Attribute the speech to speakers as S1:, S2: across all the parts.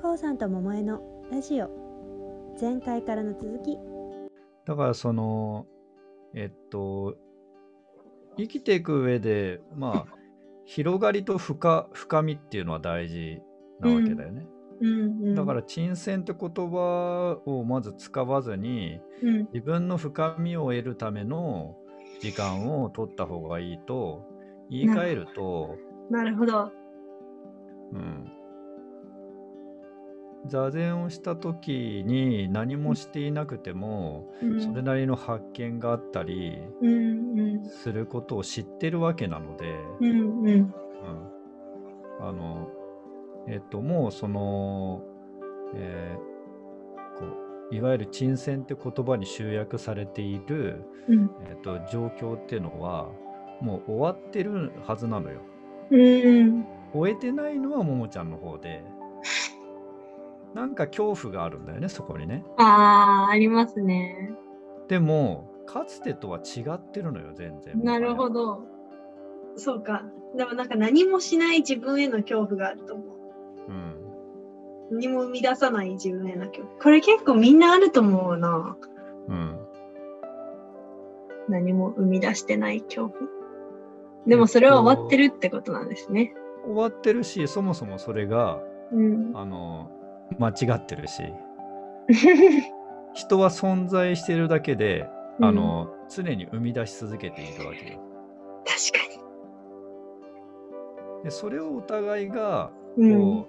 S1: こうさんと桃江のラジオ前回からの続き
S2: だからそのえっと生きていく上でまあ広がりと深深みっていうのは大事なわけだよね、
S1: うん
S2: だから沈潜って言葉をまず使わずに
S1: うん
S2: 自分の深みを得るための時間を取った方がいいと言い換えると、
S1: なるほど
S2: うん、座禅をした時に何もしていなくても、
S1: うん
S2: それなりの発見があったり
S1: うんうん
S2: することを知ってるわけなので、
S1: うんうん
S2: うん、あのえっともうその、えーこういわゆる沈潜って言葉に集約されている、
S1: うん
S2: えっと状況っていうのはもう終わってるはずなのよ。
S1: うん
S2: 終えてないのはももちゃんの方でなんか恐怖があるんだよねそこにね。
S1: あーありますね
S2: でもかつてとは違ってるのよ全然。
S3: なるほ
S2: ど。
S3: ど。そうか。でもなんか何もしない自分への恐怖があると思う。
S2: うん
S3: 何も生み出さない自分への恐怖。これ結構みんなあると思うな。
S2: うん
S3: 何も生み出してない恐怖。でもそれは終わってるってことなんですね。
S2: 終わってるしそもそもそれが
S3: うん。
S2: あの間違ってるし人は存在してるだけで、あの常に生み出し続けているわけよ。
S3: 確か
S2: でそれをお互いがこう、
S3: に。うん。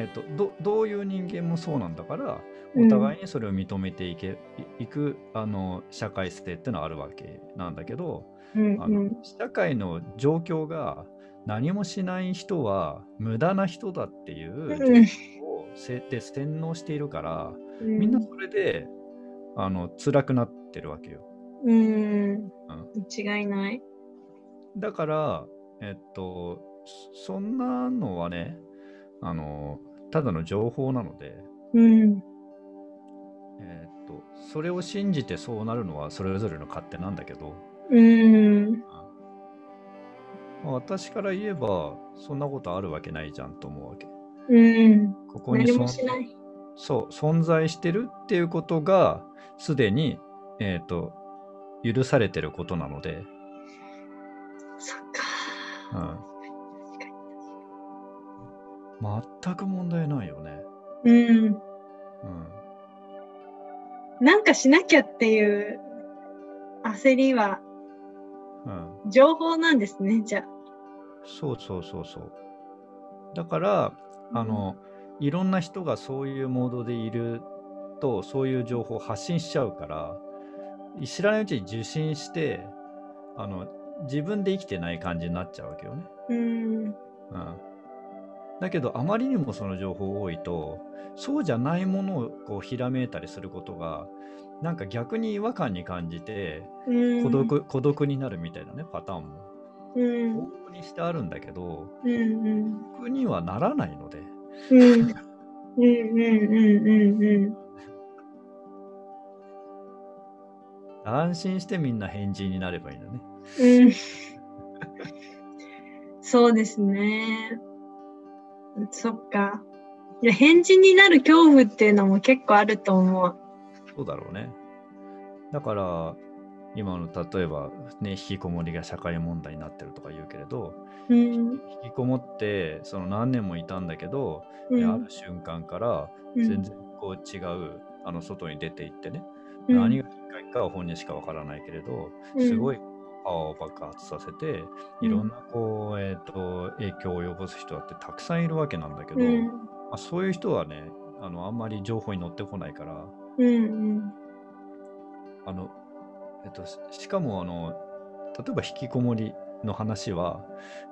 S2: えっと、どどういう人間もそうなんだから
S3: うん
S2: お互いにそれを認めていけ、いいくあの社会性ってのはあるわけなんだけど
S3: うん
S2: あ
S3: う
S2: の、
S3: ん。
S2: 社会の状況が何もしない人は無駄な人だっていう状況をせで洗脳しているからみんなそれであの辛くなってるわけよ。
S3: うん。違いない。
S2: だから、えっと、そそんなのはね、あの、ただの情報なので、
S3: うん。
S2: えっと、それを信じてそうなるのはそれぞれの勝手なんだけど、
S3: うん。
S2: まあ私から言えば、そんなことあるわけないじゃんと思うわけ。
S3: うん。
S2: ここに
S3: 何
S2: そ
S3: も
S2: ん
S3: しない。
S2: そう存在してるっていうことが、すでに、えっと、許されてることなので、
S3: そっか。
S2: うん、全く問題ないよね。
S3: うん。
S2: うん
S3: なんかしなきゃっていう焦りは
S2: うん
S3: 情報なんですね、じゃ
S2: そうそうそうそう。だから、
S3: あ。
S2: あの、いろんな人がそういうモードでいると、そういう情報を発信しちゃうから、知らないうちに受信して、あの、自分で生きてない感じになっちゃうわけよね。
S3: うん。
S2: うん。だけど、あまりにもその情報多いと、そうじゃないものをこうひらめいたりすることが、なんか逆に違和感に感じて、
S3: うん
S2: 孤独、孤独になるみたいなね、パターンも。
S3: うん
S2: 往々にしてあるんだけど、
S3: うんうん
S2: 僕にはならないので、
S3: うんうんうんうんうん
S2: 安心してみんな変人になればいいのね。
S3: うんそうですねそっかいや変人になる恐怖っていうのも結構あると思う
S2: そうだろうね。だから、今の例えば、ね、引きこもりが社会問題になってるとか言うけれど、
S3: うん
S2: 引きこもって、その何年もいたんだけど、
S3: う
S2: であ
S3: ん
S2: る瞬間から、
S3: うん
S2: 全然こう違う、あの、外に出ていってね、
S3: うん
S2: 何がきっかけかは本人しかわからないけれど、すごいパワーを爆発させて、いろんなこう、えっ、と、影響を及ぼす人だってたくさんいるわけなんだけど、
S3: うん
S2: まあ、そういう人はねあのあんまり情報に乗ってこないから
S3: うん
S2: あの、えっと、ししかもあの例えば引きこもりの話は、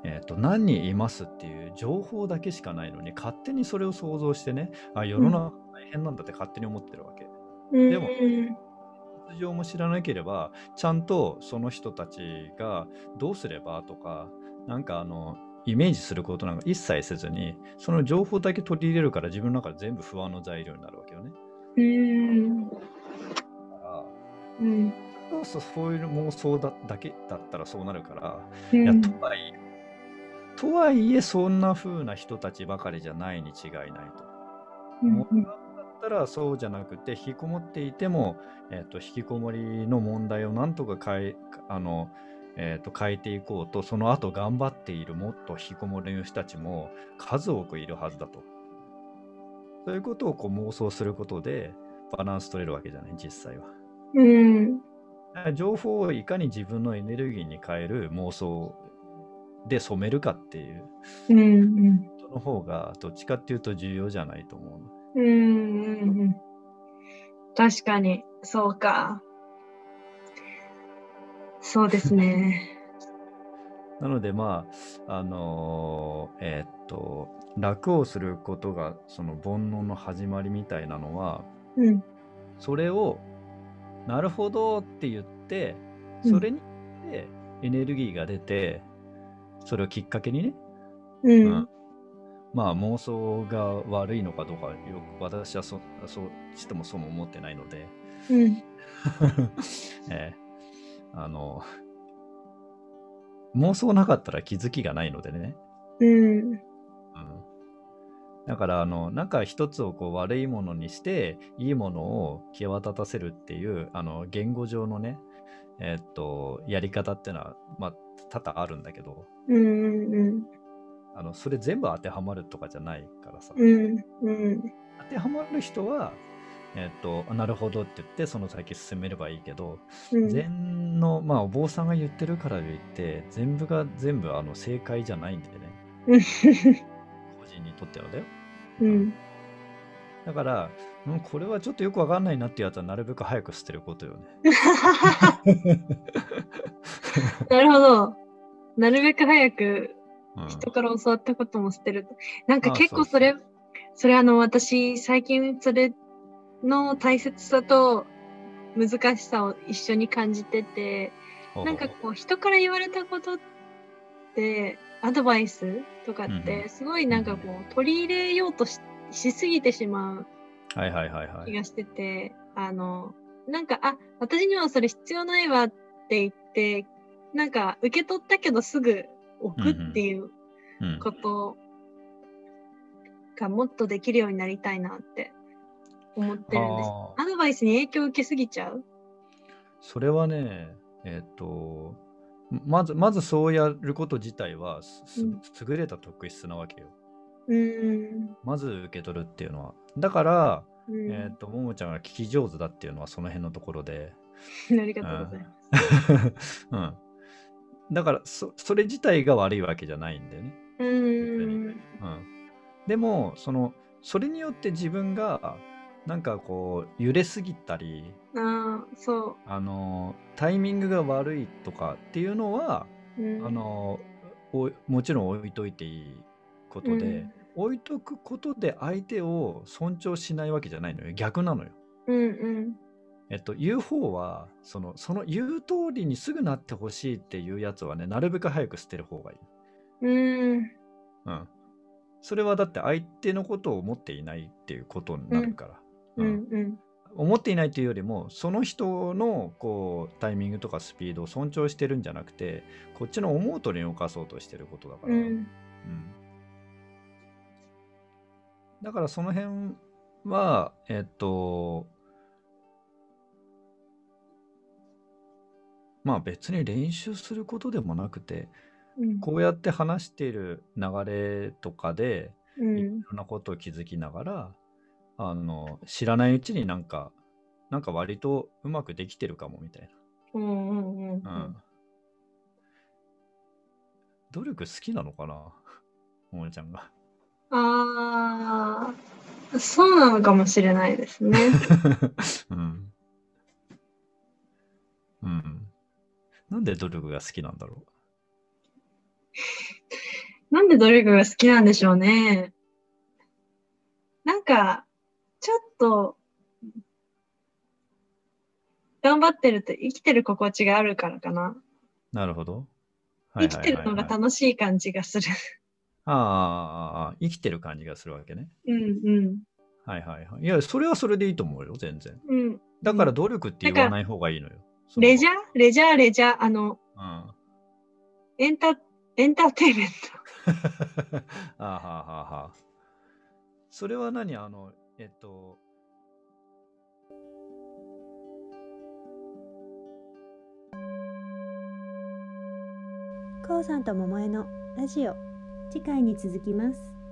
S2: えっと、何人いますっていう情報だけしかないのに勝手にそれを想像してねあ世の中大変なんだって勝手に思ってるわけ。
S3: うん
S2: でも実情も知らなければちゃんとその人たちがどうすればとかなんかあのイメージすることなんか一切せずにその情報だけ取り入れるから自分の中で全部不安の材料になるわけよね。
S3: うん
S2: だから
S3: うん
S2: そうそうそういう妄想だだけだったらそうなるから、
S3: う
S2: いや
S3: ん
S2: とはいえとはいえそんな風な人たちばかりじゃないに違いないと。
S3: うん
S2: 問題があったらそうじゃなくて引きこもっていても、えっと引きこもりの問題をなんとか変えあの、えっと変えていこうとその後頑張っているもっと引きこもりの人たちも数多くいるはずだと。そういうことをこう妄想することでバランス取れるわけじゃない実際は。
S3: うん。
S2: 情報をいかに自分のエネルギーに変える妄想で染めるかっていう
S3: うん。うん。
S2: ことの方がどっちかっていうと重要じゃないと思うの。
S3: うん。うん。うん確かに、そうか。そうですね。
S2: なのでまああのーえーっと楽をすることがその煩悩の始まりみたいなのは
S3: うん。
S2: それをなるほどって言って
S3: うん
S2: それによってエネルギーが出てそれをきっかけにね
S3: う
S2: うん
S3: ん。
S2: まあ妄想が悪いのかどうかよく私はそそうしてもそうも思ってないの で、
S3: うん。
S2: えーあの妄想なかったら気づきがないのでね、
S3: うん。
S2: うん、だからあのなんか一つをこう悪いものにしていいものを際立たせるっていうあの言語上のねえーっとやり方っていうのは、まあ、多々あるんだけど
S3: うん。うん。
S2: あのそれ全部当てはまるとかじゃないからさ、
S3: うん。うん。
S2: 当てはまる人は、えっとあなるほどって言ってその先進めればいいけど、
S3: うん。
S2: 禅の、まあ、お坊さんが言ってるからといって全部が全部あの正解じゃないんでね 個人にとってはだよ
S3: うん。
S2: だから、うん、これはちょっとよくわかんないなっていうやつはなるべく早く捨てることよね
S3: なるほど。なるべく早く
S2: うん
S3: 人から教わったことも捨てると。なんか
S2: あ
S3: 結構
S2: そ
S3: そう
S2: そう
S3: れ、それあの私最近それの大切さと難しさを一緒に感じてて、
S2: ほうほう
S3: なんかこう人から言われたことって、アドバイスとかっ
S2: うんう
S3: てすごいなんかこう取り入れようとししすぎてしまう
S2: はいはいはいは
S3: 気
S2: い
S3: がしてて、あの、なんか、あ、私にはそれ必要ないわって言って、なんか受け取ったけどすぐ置くっていう
S2: うん
S3: ことがもっとできるようになりたいなって思ってるんです。
S2: あー
S3: アドバイスに影響を受けすぎちゃう
S2: それはねえっ、とまずまずそうやること自体はすす
S3: うん
S2: 優れた特質なわけよ、
S3: うーん。
S2: まず受け取るっていうのはだから
S3: うん
S2: えっと、ももちゃんが聞き上手だっていうのはその辺のところで。
S3: ありがとうございます。
S2: うん。だからそ、それ自体が悪いわけじゃないんだよね。
S3: うーん。
S2: うん。でも、その、それによって自分が、なんかこう、揺れすぎたり、
S3: ああ、そ
S2: あの、タイミングが悪いとかっていうのは、
S3: う。うん、
S2: あの、おもちろん置いといていいことで、置いとくことで相手を尊重しないわけじゃないのよ。逆なのよ。
S3: うんうん
S2: えっと、言う方はそのその言う通りにすぐなってほしいっていうやつはねなるべく早く捨てる方がいい、
S3: うん。うん。
S2: うん、それはだって相手のことを思っていないっていうことになるから、
S3: う
S2: うん
S3: んうん。
S2: 思っていないというよりもその人のこうタイミングとかスピードを尊重してるんじゃなくてこっちの思う通りに動かそうとしてることだから、
S3: うん。
S2: うんだからその辺は、えっと、まあ別に練習することでもなくて、
S3: うん。
S2: こうやって話している流れとかで、
S3: う
S2: いろ
S3: ん
S2: ん。なことを気づきながら、あの、知らないうちになんか、なんか割とうまくできてるかもみたい
S3: うんうんうん。
S2: な。うん。努力好きなのかな、 ももちゃんが。
S3: ああ、そうなのかもしれないですね。
S2: うん。うん。なんで努力が好きなんだろ
S3: なんで努力が好きなんでしょうね。なんか、ちょっと、頑張ってると生きてる心地があるからかな。
S2: う。なるほど。
S3: 生きてるのが
S2: しい。
S3: 楽しい感じがする。
S2: ああああ、生きてる感じがするわけね。
S3: うんうん。
S2: はいはいはい。いや、それはそれでいいと思うよ、全然。
S3: うん。
S2: だから努力って言わない方がいいのよ。
S3: レジャ
S2: ャ
S3: ーレジャーレジャー。あの、
S2: ーうん。
S3: エンタ、エンターテイメント。
S2: あはははは。それは何あの、えっと、
S1: こうさんと桃江のラジオ次回に続きます